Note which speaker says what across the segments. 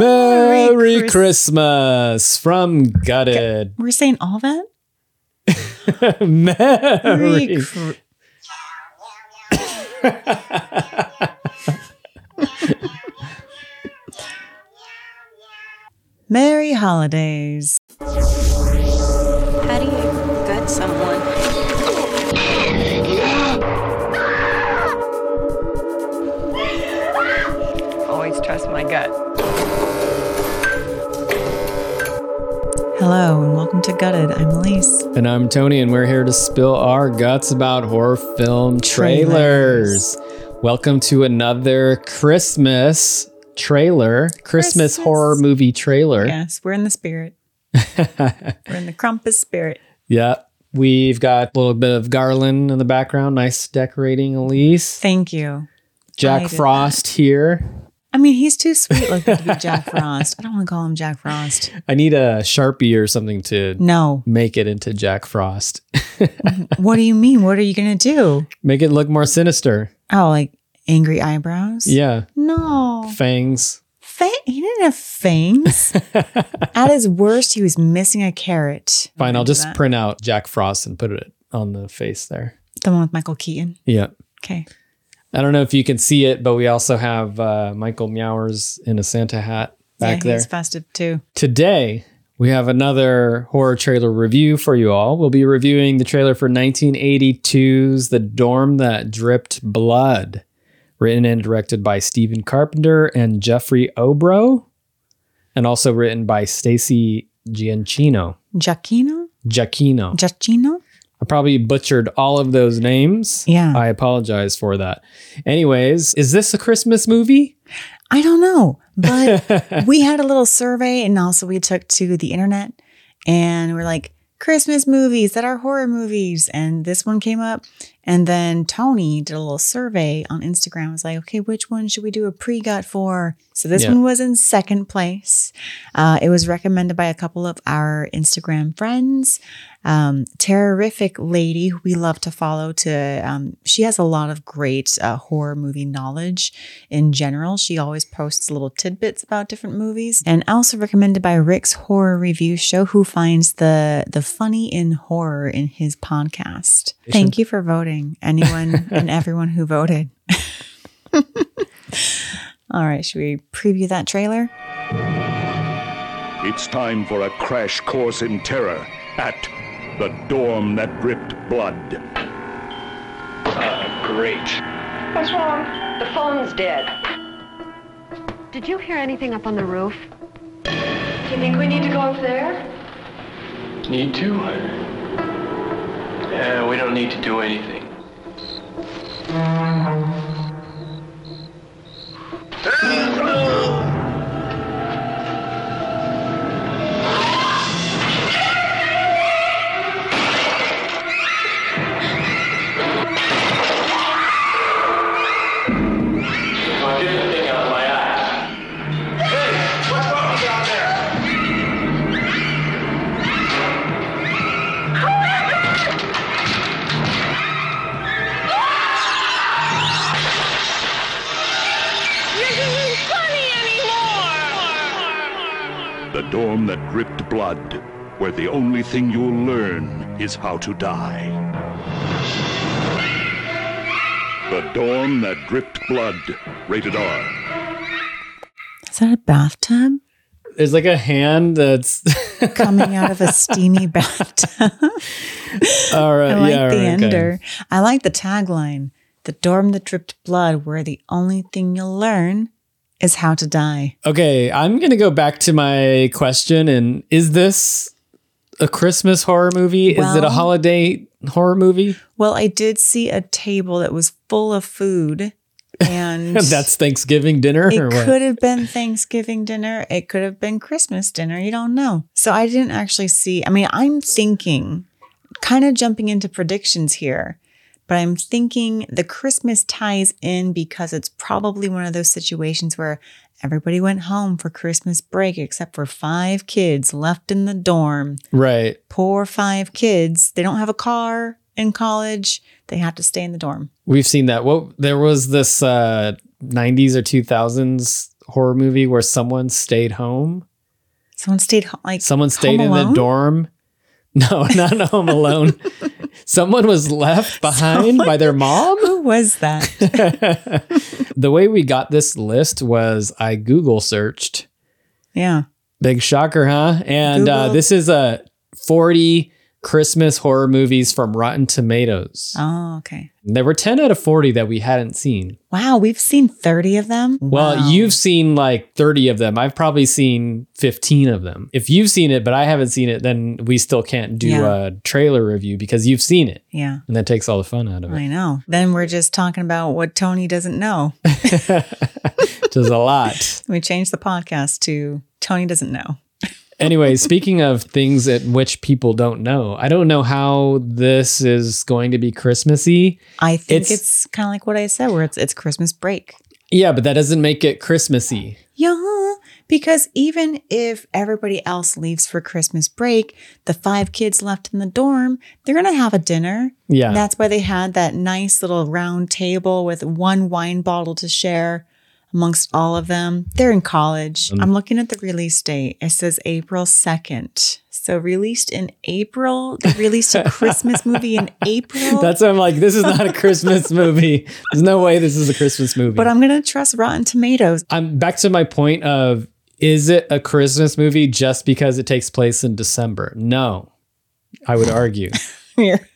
Speaker 1: Merry, Christmas.
Speaker 2: Christmas from Gutted.
Speaker 1: We're saying all that?
Speaker 2: Merry.
Speaker 1: Cr- Merry holidays.
Speaker 3: How do you gut someone?
Speaker 4: Always trust my gut.
Speaker 1: Hello and welcome to Gutted. I'm Elise.
Speaker 2: And I'm Tony, and we're here to spill our guts about horror film trailers. Welcome to another Christmas trailer, Christmas,
Speaker 1: Christmas.
Speaker 2: horror movie trailer.
Speaker 1: Yes, we're in the spirit. we're in the Krampus spirit.
Speaker 2: Yeah. We've got a little bit of garland in the background. Nice decorating, Elise.
Speaker 1: Thank you. I
Speaker 2: Jack
Speaker 1: did
Speaker 2: Frost here.
Speaker 1: I mean, he's too sweet looking to be Jack Frost. I don't want to call him Jack Frost.
Speaker 2: I need a Sharpie or something to
Speaker 1: No.
Speaker 2: make it into Jack Frost.
Speaker 1: What do you mean? What are you going to do?
Speaker 2: make it look more sinister.
Speaker 1: Oh, like angry eyebrows?
Speaker 2: Yeah.
Speaker 1: No.
Speaker 2: Fangs.
Speaker 1: Fa- he didn't have fangs. At his worst, he was missing a carrot.
Speaker 2: Fine, I'll
Speaker 1: Remember
Speaker 2: just
Speaker 1: that?
Speaker 2: print out Jack Frost and put it on the face there.
Speaker 1: the one with Michael Keaton.
Speaker 2: Yeah.
Speaker 1: Okay.
Speaker 2: I don't know if you can see it, but we also have uh, Michael Meowers in a Santa hat back
Speaker 1: yeah,
Speaker 2: there.
Speaker 1: he's festive too.
Speaker 2: Today, we have another horror trailer review for you all. We'll be reviewing the trailer for 1982's The Dorm That Dripped Blood, written and directed by Stephen Carpenter and Jeffrey Obro, and also written by Stacy Giancino.
Speaker 1: Giacchino?
Speaker 2: Giacchino.
Speaker 1: Giacchino?
Speaker 2: I probably butchered all of those names.
Speaker 1: Yeah.
Speaker 2: I apologize for that. Anyways, is this a Christmas movie?
Speaker 1: I don't know. But we had a little survey and also we took to the internet and we're like, Christmas movies that are horror movies. And this one came up. And then Tony did a little survey on Instagram. was like, okay, which one should we do a pre gut for? So this
Speaker 2: Yeah.
Speaker 1: one was in second place. Uh, it was recommended by a couple of our Instagram friends. Um, Terrific Lady, who we love to follow, to um, she has a lot of great uh, horror movie knowledge in general. She always posts little tidbits about different movies, and also recommended by Rick's Horror Review Show, who finds the the funny in horror in his podcast. Thank you for voting, anyone and everyone who voted. All right, should we preview that trailer?
Speaker 5: It's time for a crash course in terror at the dorm that dripped blood.
Speaker 6: What's wrong?
Speaker 4: The phone's dead.
Speaker 7: Did you hear anything up on the roof?
Speaker 6: Do you think we need to go up there?
Speaker 8: Need to? Yeah, we don't need to do anything. Get the thing out of my eye.
Speaker 5: The dorm that dripped blood, where the only thing you'll learn is how to die. The dorm that dripped blood, rated R.
Speaker 1: Is that a bathtub
Speaker 2: There's like a hand that's
Speaker 1: coming out of a steamy bathtub?
Speaker 2: all right.
Speaker 1: I like
Speaker 2: yeah,
Speaker 1: the
Speaker 2: okay.
Speaker 1: ender. I like the tagline: "The dorm that dripped blood, where the only thing you'll learn is how to die."
Speaker 2: Okay, I'm gonna go back to my question and is this a Christmas horror movie? is it a
Speaker 1: Well-
Speaker 2: holiday horror movie?
Speaker 1: Well, I did see a table that was full of food, and
Speaker 2: That's Thanksgiving dinner or
Speaker 1: It
Speaker 2: what?
Speaker 1: could have been Thanksgiving dinner. It could have been Christmas dinner. You don't know. So I didn't actually see. I mean, I'm thinking, kind of jumping into predictions here, but I'm thinking the Christmas ties in because it's probably one of those situations where everybody went home for Christmas break except for five kids left in the dorm.
Speaker 2: Right.
Speaker 1: Poor five kids. They don't have a car in college, they have to stay in the dorm.
Speaker 2: We've seen that. What there was this uh 90s or 2000s horror movie where someone stayed home?
Speaker 1: Someone stayed home. Like
Speaker 2: Someone stayed
Speaker 1: Home
Speaker 2: in the
Speaker 1: Alone?
Speaker 2: dorm? No, not Home Alone. someone was left behind by their mom?
Speaker 1: Who was that?
Speaker 2: the way we got this list was I Google searched.
Speaker 1: yeah.
Speaker 2: Big shocker, huh? And uh,
Speaker 1: Google.
Speaker 2: this is a 40 Christmas horror movies from Rotten Tomatoes.
Speaker 1: Oh, okay.
Speaker 2: There were 10 out of 40 that we hadn't seen.
Speaker 1: Wow, we've seen 30 of them.
Speaker 2: Well,
Speaker 1: Wow.
Speaker 2: you've seen like 30 of them. I've probably seen 15 of them. If you've seen it, but I haven't seen it, then we still can't do
Speaker 1: Yeah.
Speaker 2: a trailer review because you've seen it.
Speaker 1: Yeah.
Speaker 2: And that takes all the fun out of it.
Speaker 1: I know. Then we're just talking about what Tony doesn't know.
Speaker 2: Which is a lot.
Speaker 1: we changed the podcast to Tony doesn't know.
Speaker 2: anyway, speaking of things that which people don't know, I don't know how this is going to be Christmassy.
Speaker 1: I think
Speaker 2: It's-
Speaker 1: it's, kind of like what I said, where it's it's Christmas break.
Speaker 2: Yeah, but that doesn't make it Christmassy.
Speaker 1: Yeah, because even if everybody else leaves for Christmas break, the five kids left in the dorm, they're gonna have a dinner.
Speaker 2: Yeah.
Speaker 1: That's why they had that nice little round table with one wine bottle to share amongst all of them. They're in college.
Speaker 2: Um,
Speaker 1: I'm looking at the release date. It says April 2nd. So released in April. They released a Christmas movie in April.
Speaker 2: That's why I'm like, this is not a Christmas movie. There's no way this is a Christmas movie.
Speaker 1: but I'm gonna trust Rotten Tomatoes.
Speaker 2: I'm back to my point of is it a Christmas movie just because it takes place in December? No. I would argue.
Speaker 1: Here.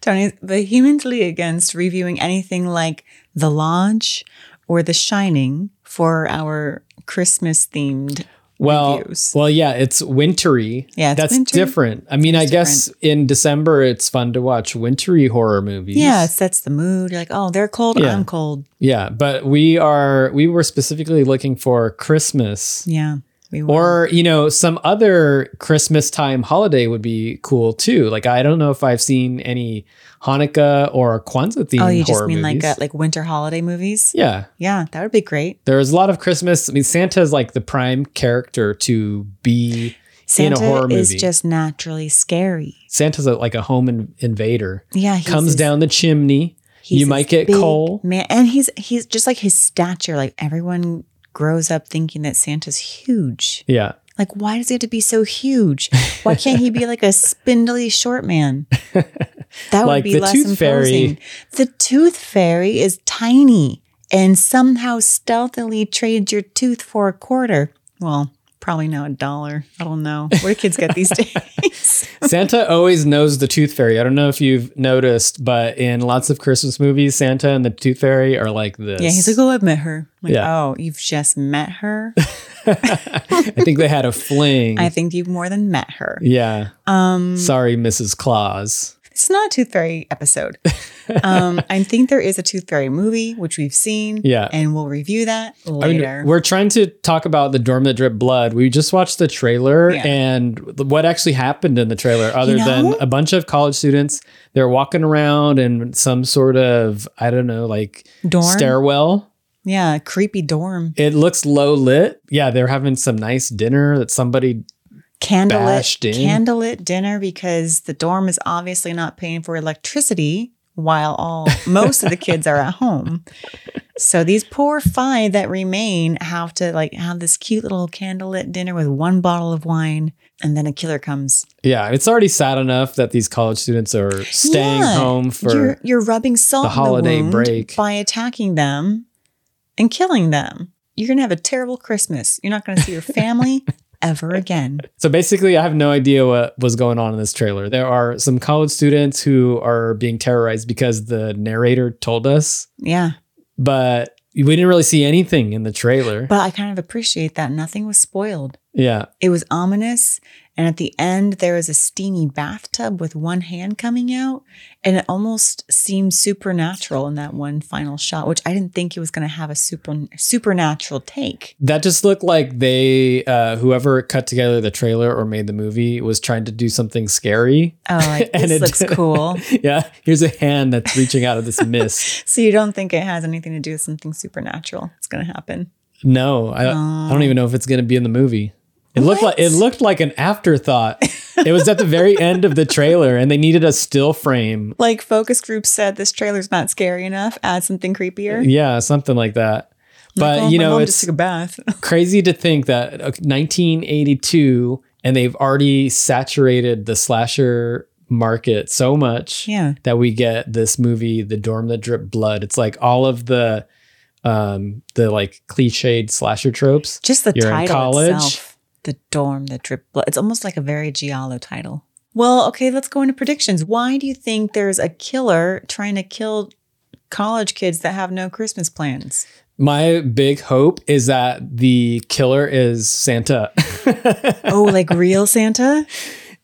Speaker 1: Tony, vehemently against reviewing anything like The Lodge or The Shining for our Christmas themed
Speaker 2: Well,
Speaker 1: Reviews.
Speaker 2: well, yeah, it's wintry.
Speaker 1: Yeah, it's
Speaker 2: that's
Speaker 1: wintry.
Speaker 2: different. I mean, I guess in December it's fun to watch wintry horror movies.
Speaker 1: Yeah, it sets the mood. You're like, oh, they're cold.
Speaker 2: Yeah.
Speaker 1: I'm cold.
Speaker 2: Yeah, but we are we were specifically looking for Christmas
Speaker 1: Yeah. We were.
Speaker 2: or you know some other Christmas time holiday would be cool too. Like I don't know if I've seen any Hanukkah or Kwanzaa themed
Speaker 1: oh,
Speaker 2: horror
Speaker 1: you just mean
Speaker 2: movies.
Speaker 1: like uh, like winter holiday movies?
Speaker 2: yeah,
Speaker 1: Yeah, that would be great.
Speaker 2: there was a lot of Christmas. I mean, Santa's like the prime character to be
Speaker 1: Santa
Speaker 2: in a horror
Speaker 1: is
Speaker 2: movie.
Speaker 1: just naturally scary.
Speaker 2: Santa's a, like a home in- invader.
Speaker 1: Yeah, he's
Speaker 2: comes
Speaker 1: this-
Speaker 2: down the chimney.
Speaker 1: he's
Speaker 2: You
Speaker 1: this
Speaker 2: might get
Speaker 1: big
Speaker 2: coal.
Speaker 1: man, and he's he's just like his stature. Like everyone grows up thinking that Santa's huge.
Speaker 2: Yeah.
Speaker 1: Like, why does he have to be so huge? Why can't he be like a spindly short man? That
Speaker 2: Like
Speaker 1: would be
Speaker 2: the
Speaker 1: less
Speaker 2: tooth fairy.
Speaker 1: imposing. The tooth fairy is tiny and somehow stealthily trades your tooth for a quarter. Well, probably now a dollar. I don't know. Where do kids get these days?
Speaker 2: Santa always knows the Tooth Fairy. I don't know if you've noticed, but in lots of Christmas movies, Santa and the Tooth Fairy are like this.
Speaker 1: yeah, he's like, oh, I've met her. I'm Like,
Speaker 2: Yeah.
Speaker 1: oh, you've just met her?
Speaker 2: I think they had a fling.
Speaker 1: I think you've more than met her.
Speaker 2: yeah.
Speaker 1: Um,
Speaker 2: Sorry, Mrs. Claus.
Speaker 1: it's not a Tooth Fairy episode. um, I think there is a Tooth Fairy movie, which we've seen.
Speaker 2: Yeah.
Speaker 1: And we'll review that
Speaker 2: I mean,
Speaker 1: later.
Speaker 2: we're trying to talk about the dorm that dripped blood. We just watched the trailer
Speaker 1: Yeah.
Speaker 2: and what actually happened in the trailer, other
Speaker 1: know?
Speaker 2: than a bunch of college students. They're walking around in some sort of, I don't know, like
Speaker 1: dorm.
Speaker 2: stairwell.
Speaker 1: yeah, creepy dorm.
Speaker 2: It looks low lit. Yeah, they're having some nice dinner that somebody.
Speaker 1: Candlelit
Speaker 2: Bashed in.
Speaker 1: candlelit dinner because the dorm is obviously not paying for electricity while all most of the kids are at home. So these poor five that remain have to like have this cute little candlelit dinner with one bottle of wine and then a killer comes.
Speaker 2: Yeah, it's already sad enough that these college students are staying
Speaker 1: Yeah,
Speaker 2: home for.
Speaker 1: you're you're rubbing salt
Speaker 2: the
Speaker 1: in
Speaker 2: holiday
Speaker 1: wound
Speaker 2: break.
Speaker 1: by attacking them and killing them. You're gonna have a terrible Christmas. You're not gonna see your family ever again.
Speaker 2: So basically, I have no idea what was going on in this trailer. There are some college students who are being terrorized because the narrator told us,
Speaker 1: Yeah.
Speaker 2: but we didn't really see anything in the trailer.
Speaker 1: But I kind of appreciate that nothing was spoiled.
Speaker 2: yeah,
Speaker 1: It was ominous. And at the end, there was a steamy bathtub with one hand coming out. And it almost seemed supernatural in that one final shot, which I didn't think it was going to have a super supernatural take.
Speaker 2: that just looked like they, uh, whoever cut together the trailer or made the movie, was trying to do something scary.
Speaker 1: Oh, like,
Speaker 2: And
Speaker 1: this
Speaker 2: it
Speaker 1: looks
Speaker 2: did.
Speaker 1: cool.
Speaker 2: yeah, here's a hand that's reaching out of this mist.
Speaker 1: So you don't think it has anything to do with something supernatural? It's going to happen.
Speaker 2: No, I, I don't even know if it's going to be in the movie. It looked like
Speaker 1: What?
Speaker 2: it looked like an afterthought. it was at the very end of the trailer, and they needed a still frame.
Speaker 1: Like focus group said, this trailer's not scary enough. Add something creepier.
Speaker 2: Yeah, something like that. But
Speaker 1: Oh,
Speaker 2: you
Speaker 1: my
Speaker 2: know,
Speaker 1: mom
Speaker 2: it's
Speaker 1: just took a bath.
Speaker 2: crazy to think that uh, 1982 and they've already saturated the slasher market so much
Speaker 1: Yeah.
Speaker 2: that we get this movie the dorm that dripped blood it's like all of the um the like cliched slasher tropes
Speaker 1: Just the
Speaker 2: You're in
Speaker 1: title
Speaker 2: college?
Speaker 1: itself, the dorm, the drip. Blood. It's almost like a very giallo title. Well, okay, let's go into predictions. Why do you think there's a killer trying to kill college kids that have no Christmas plans?
Speaker 2: my big hope is that the killer is santa
Speaker 1: Oh, like real Santa?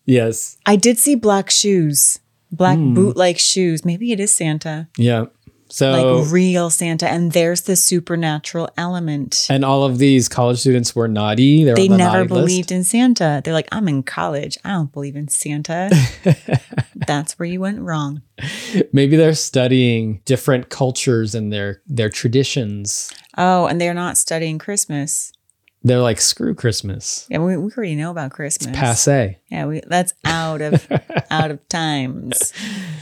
Speaker 2: yes
Speaker 1: I did see black shoes, black boot-like shoes. Maybe it is Santa,
Speaker 2: yeah so
Speaker 1: like real Santa. And there's the supernatural element.
Speaker 2: and all of these college students were naughty they, were
Speaker 1: They
Speaker 2: on the
Speaker 1: never
Speaker 2: naughty list.
Speaker 1: believed in Santa. They're like, I'm in college. I don't believe in Santa. That's where you went wrong.
Speaker 2: Maybe they're studying different cultures and their their traditions.
Speaker 1: Oh, and they're not studying Christmas.
Speaker 2: They're like screw Christmas,
Speaker 1: Yeah, we, we already know about Christmas.
Speaker 2: passe.
Speaker 1: Yeah, we, that's out of out of times.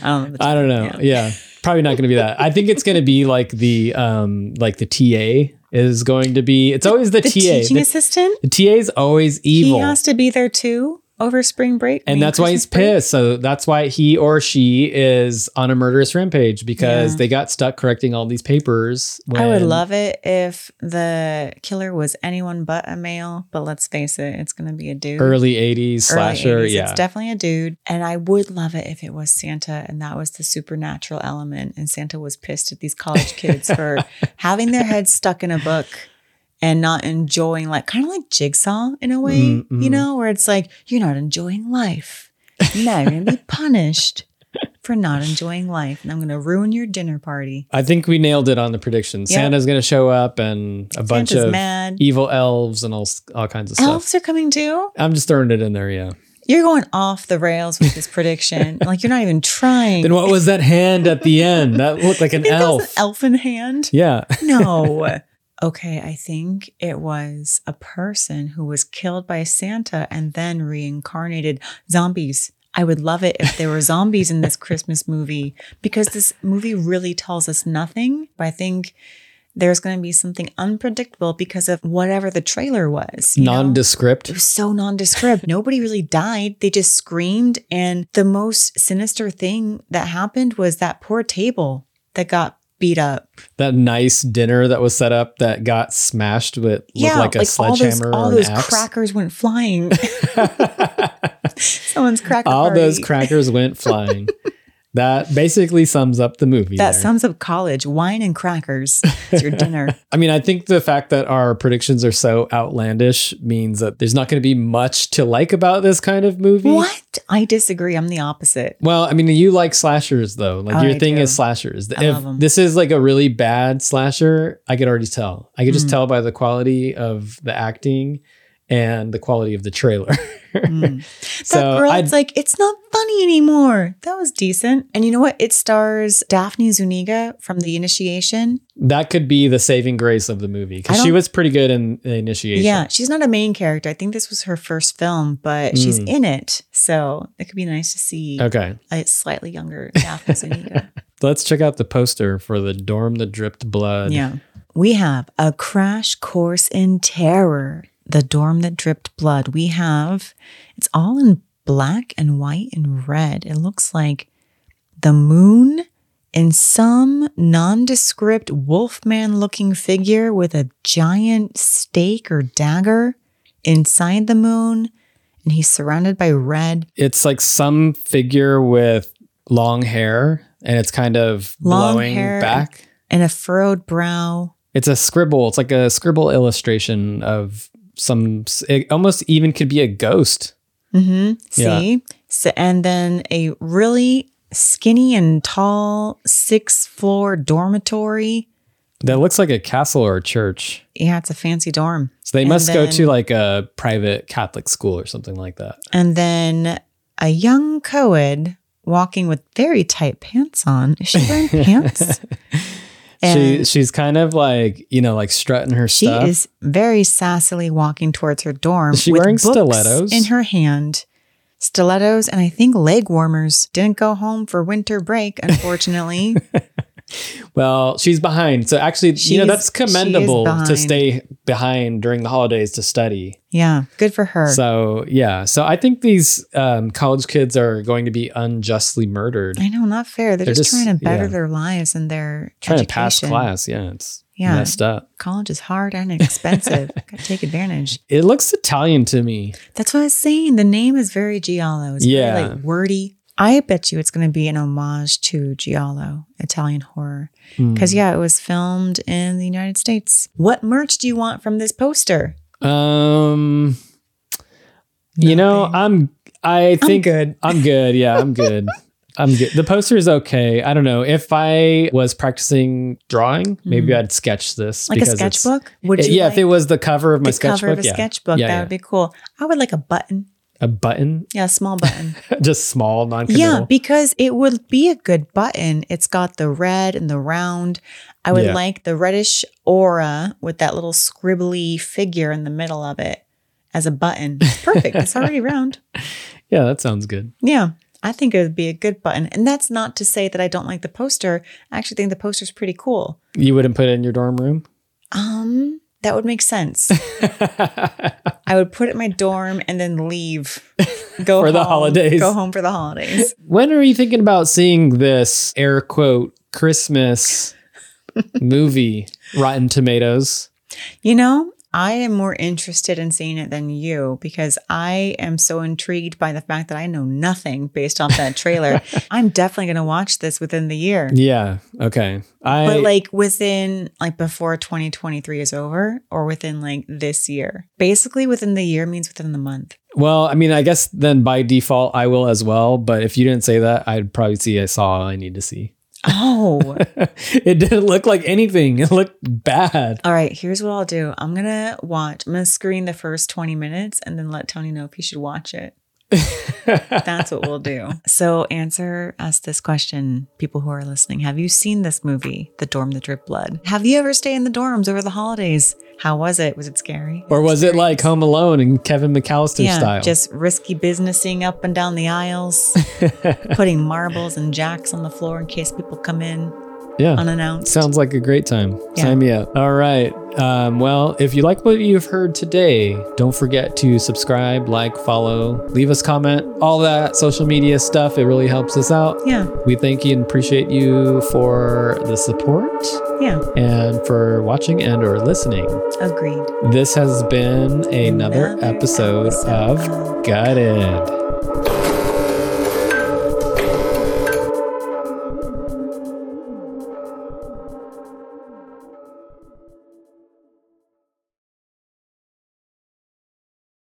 Speaker 1: I don't know. the
Speaker 2: I don't know.
Speaker 1: time,
Speaker 2: Yeah, probably not going to be that. I think it's going to be like the um like the TA is going to be. It's always the,
Speaker 1: The
Speaker 2: TA.
Speaker 1: teaching
Speaker 2: The,
Speaker 1: assistant,
Speaker 2: the TA is always evil,
Speaker 1: he has to be there too over spring break, I mean,
Speaker 2: and that's why he's
Speaker 1: Christmas break.
Speaker 2: pissed. So that's why he or she is on a murderous rampage because
Speaker 1: Yeah.
Speaker 2: they got stuck correcting all these papers. When,
Speaker 1: I would love it if the killer was anyone but a male, but let's face it, it's going to be a dude.
Speaker 2: early '80s
Speaker 1: Early
Speaker 2: slasher.
Speaker 1: 80s,
Speaker 2: yeah,
Speaker 1: It's definitely a dude. And I would love it if it was Santa and that was the supernatural element. And Santa was pissed at these college kids for having their heads stuck in a book and not enjoying, like, kind of like Jigsaw in a way,
Speaker 2: Mm,
Speaker 1: you
Speaker 2: mm.
Speaker 1: know, where it's like, you're not enjoying life. Now you're going to be punished for not enjoying life. And I'm going to ruin your dinner party.
Speaker 2: I think we nailed it on the prediction. Santa's going to show up and a bunch
Speaker 1: Santa's
Speaker 2: of
Speaker 1: mad.
Speaker 2: evil elves and all, s- all kinds of stuff.
Speaker 1: Elves are coming too.
Speaker 2: I'm just throwing it in there, yeah.
Speaker 1: You're going off the rails with this prediction. like you're not even trying.
Speaker 2: Then what was that hand at the end? That looked like an
Speaker 1: It was
Speaker 2: elf.
Speaker 1: an elf in hand.
Speaker 2: Yeah.
Speaker 1: No. okay, I think it was a person who was killed by Santa and then reincarnated zombies. I would love it if there were zombies in this Christmas movie because this movie really tells us nothing. But I think there's going to be something unpredictable because of whatever the trailer was. you know?
Speaker 2: Nondescript.
Speaker 1: It was so nondescript. Nobody really died. They just screamed. And the most sinister thing that happened was that poor table that got beat up.
Speaker 2: That nice dinner that was set up that got smashed with looked like a sledgehammer
Speaker 1: all
Speaker 2: or
Speaker 1: those,
Speaker 2: an
Speaker 1: all those
Speaker 2: axe.
Speaker 1: crackers went flying. Someone's cracker
Speaker 2: all
Speaker 1: party.
Speaker 2: those crackers went flying. that basically sums up the movie.
Speaker 1: That
Speaker 2: there.
Speaker 1: sums up college. Wine and crackers. It's your dinner.
Speaker 2: I mean, I think the fact that our predictions are so outlandish means that there's not going to be much to like about this kind of movie.
Speaker 1: what? I disagree. I'm the opposite.
Speaker 2: Well, I mean, you like slashers though. Like
Speaker 1: Oh,
Speaker 2: your
Speaker 1: I
Speaker 2: thing
Speaker 1: do.
Speaker 2: is slashers.
Speaker 1: I
Speaker 2: if
Speaker 1: love 'em.
Speaker 2: this is like a really bad slasher, I could already tell. I
Speaker 1: Hmm.
Speaker 2: could just tell by the quality of the acting and the quality of the trailer.
Speaker 1: Hmm. that
Speaker 2: so
Speaker 1: girl,
Speaker 2: I
Speaker 1: it's like, it's not funny anymore. That was decent. And you know what? It stars Daphne Zuniga from The Initiation.
Speaker 2: that could be the saving grace of the movie
Speaker 1: I
Speaker 2: because
Speaker 1: don't-
Speaker 2: she was pretty good in the initiation.
Speaker 1: Yeah, she's not a main character. I think this was her first film, but she's
Speaker 2: Mm.
Speaker 1: in it. So it could be nice to see
Speaker 2: Okay.
Speaker 1: a slightly younger Daphne Zuniga.
Speaker 2: Let's check out the poster for the dorm that dripped blood.
Speaker 1: Yeah. We have a crash course in terror, the dorm that dripped blood. We have, it's all in black and white and red. It looks like the moon and some nondescript wolfman looking figure with a giant stake or dagger inside the moon. And he's surrounded by red,
Speaker 2: It's like some figure with long hair and it's kind of
Speaker 1: Long
Speaker 2: blowing
Speaker 1: hair.
Speaker 2: back.
Speaker 1: and a furrowed brow.
Speaker 2: It's a scribble. It's like a scribble illustration of some. It almost even could be a ghost.
Speaker 1: Mm-hmm.
Speaker 2: Yeah.
Speaker 1: See? So, and then a really skinny and tall six floor dormitory.
Speaker 2: That looks like a castle or a church.
Speaker 1: Yeah, it's a fancy dorm.
Speaker 2: So they
Speaker 1: And
Speaker 2: must go
Speaker 1: then-
Speaker 2: to like a private Catholic school or something like that.
Speaker 1: And then a young co ed walking with very tight pants on. Is she wearing pants?
Speaker 2: She
Speaker 1: And-
Speaker 2: she's kind of like you know like strutting her
Speaker 1: She
Speaker 2: stuff.
Speaker 1: is very sassily walking towards her dorm.
Speaker 2: Is she
Speaker 1: with
Speaker 2: wearing
Speaker 1: books
Speaker 2: stilettos?
Speaker 1: in her hand? Stilettos and I think leg warmers. Didn't go home for winter break, unfortunately.
Speaker 2: Well, she's behind. So actually, you know,
Speaker 1: She's-
Speaker 2: that's
Speaker 1: she is
Speaker 2: commendable to
Speaker 1: behind.
Speaker 2: stay behind during the holidays to study.
Speaker 1: Yeah, good for her.
Speaker 2: So, yeah. So I think these um, college kids are going to be unjustly murdered.
Speaker 1: I know, not fair. They're,
Speaker 2: They're
Speaker 1: just,
Speaker 2: just-
Speaker 1: trying to better
Speaker 2: yeah.
Speaker 1: their lives and their
Speaker 2: Trying
Speaker 1: education.
Speaker 2: to pass class. Yeah. It's
Speaker 1: Yeah.
Speaker 2: messed up.
Speaker 1: College is hard and expensive. Got to take advantage.
Speaker 2: It looks Italian to me.
Speaker 1: That's what I was saying. The name is very Giallo. It's yeah.
Speaker 2: Yeah.
Speaker 1: like wordy. I bet you it's going to be an homage to Giallo, Italian horror. Because,
Speaker 2: Hmm.
Speaker 1: yeah, it was filmed in the United States. What merch do you want from this poster?
Speaker 2: Um, you know,
Speaker 1: Nothing.
Speaker 2: I'm. I think
Speaker 1: good.
Speaker 2: I'm good. Yeah, I'm good. I'm good. The poster is okay. I don't know if I was practicing drawing, maybe I'd sketch this.
Speaker 1: Mm. like a
Speaker 2: because it's-
Speaker 1: sketchbook? Would
Speaker 2: Yeah,
Speaker 1: you
Speaker 2: yeah, if
Speaker 1: like
Speaker 2: it was the cover of my
Speaker 1: the
Speaker 2: sketchbook,
Speaker 1: cover of a
Speaker 2: yeah.
Speaker 1: sketchbook?
Speaker 2: Yeah,
Speaker 1: that
Speaker 2: yeah.
Speaker 1: would be cool. I would like a button.
Speaker 2: a button,
Speaker 1: Yeah, a small button.
Speaker 2: just small, non
Speaker 1: yeah,
Speaker 2: committal.
Speaker 1: because it would be a good button. It's got the red and the round. I would
Speaker 2: Yeah.
Speaker 1: like the reddish aura with that little scribbly figure in the middle of it as a button. It's perfect. it's already round.
Speaker 2: Yeah. that sounds good.
Speaker 1: Yeah. I think it would be a good button. And that's not to say that I don't like the poster. I actually think the poster's pretty cool.
Speaker 2: You wouldn't put it in your dorm room.
Speaker 1: Um, that would make sense. I would put it in my dorm and then leave. Go
Speaker 2: For the
Speaker 1: home-
Speaker 2: holidays.
Speaker 1: Go home for the holidays.
Speaker 2: When are you thinking about seeing this air quote Christmas movie, Rotten Tomatoes?
Speaker 1: You know, I am more interested in seeing it than you because I am so intrigued by the fact that I know nothing based off that trailer. I'm definitely going to watch this within the year.
Speaker 2: Yeah. Okay. I
Speaker 1: But like within like before 2023 is over or within like this year. Basically within the year means within the month.
Speaker 2: Well, I mean, I guess then by default I will as well. But if you didn't say that, I'd probably see I saw all I need to see.
Speaker 1: Oh.
Speaker 2: it didn't look like anything. It looked bad.
Speaker 1: All right, here's what I'll do. I'm going to watch I'm going to screen the first 20 minutes and then let Tony know if he should watch it. That's what we'll do. So, answer us this question, people who are listening. Have you seen this movie, The Dorm That Drip Blood? Have you ever stayed in the dorms over the holidays? How was it? Was it scary?
Speaker 2: Or was it like Home Alone and Kevin McAllister
Speaker 1: yeah,
Speaker 2: style?
Speaker 1: just risky businessing up and down the aisles, putting marbles and jacks on the floor in case people come in
Speaker 2: yeah.
Speaker 1: unannounced.
Speaker 2: Sounds like a great time.
Speaker 1: Yeah.
Speaker 2: Sign me up. All right. Um, well, if you like what you've heard today, don't forget to subscribe, like, follow, leave us comment, all that social media stuff. It really helps us out.
Speaker 1: yeah,
Speaker 2: We thank you and appreciate you for the support
Speaker 1: yeah,
Speaker 2: and for watching and or listening.
Speaker 1: agreed.
Speaker 2: This has been another,
Speaker 1: Another
Speaker 2: episode,
Speaker 1: episode
Speaker 2: of
Speaker 1: of
Speaker 2: Gutted.